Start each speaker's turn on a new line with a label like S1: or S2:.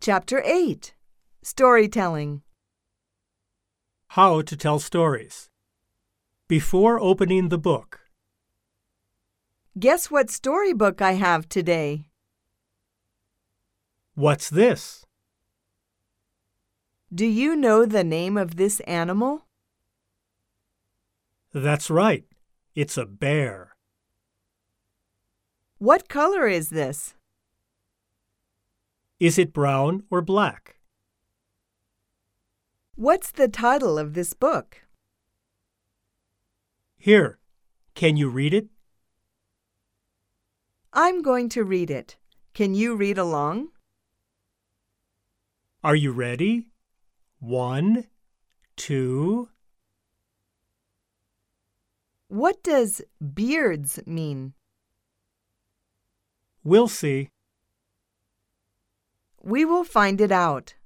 S1: Chapter 8 Storytelling
S2: How to Tell Stories. Before opening the book,
S1: Guess what storybook I have today?
S2: what's this?
S1: Do you know the name of this animal?
S2: That's right, it's a bear.
S1: What color is this?
S2: Is it brown or black?
S1: What's the title of this book?
S2: Here, can you read it?
S1: I'm going to read it. Can you read along?
S2: Are you ready? One, two.
S1: What does beards mean?
S2: We'll see.
S1: We will find it out.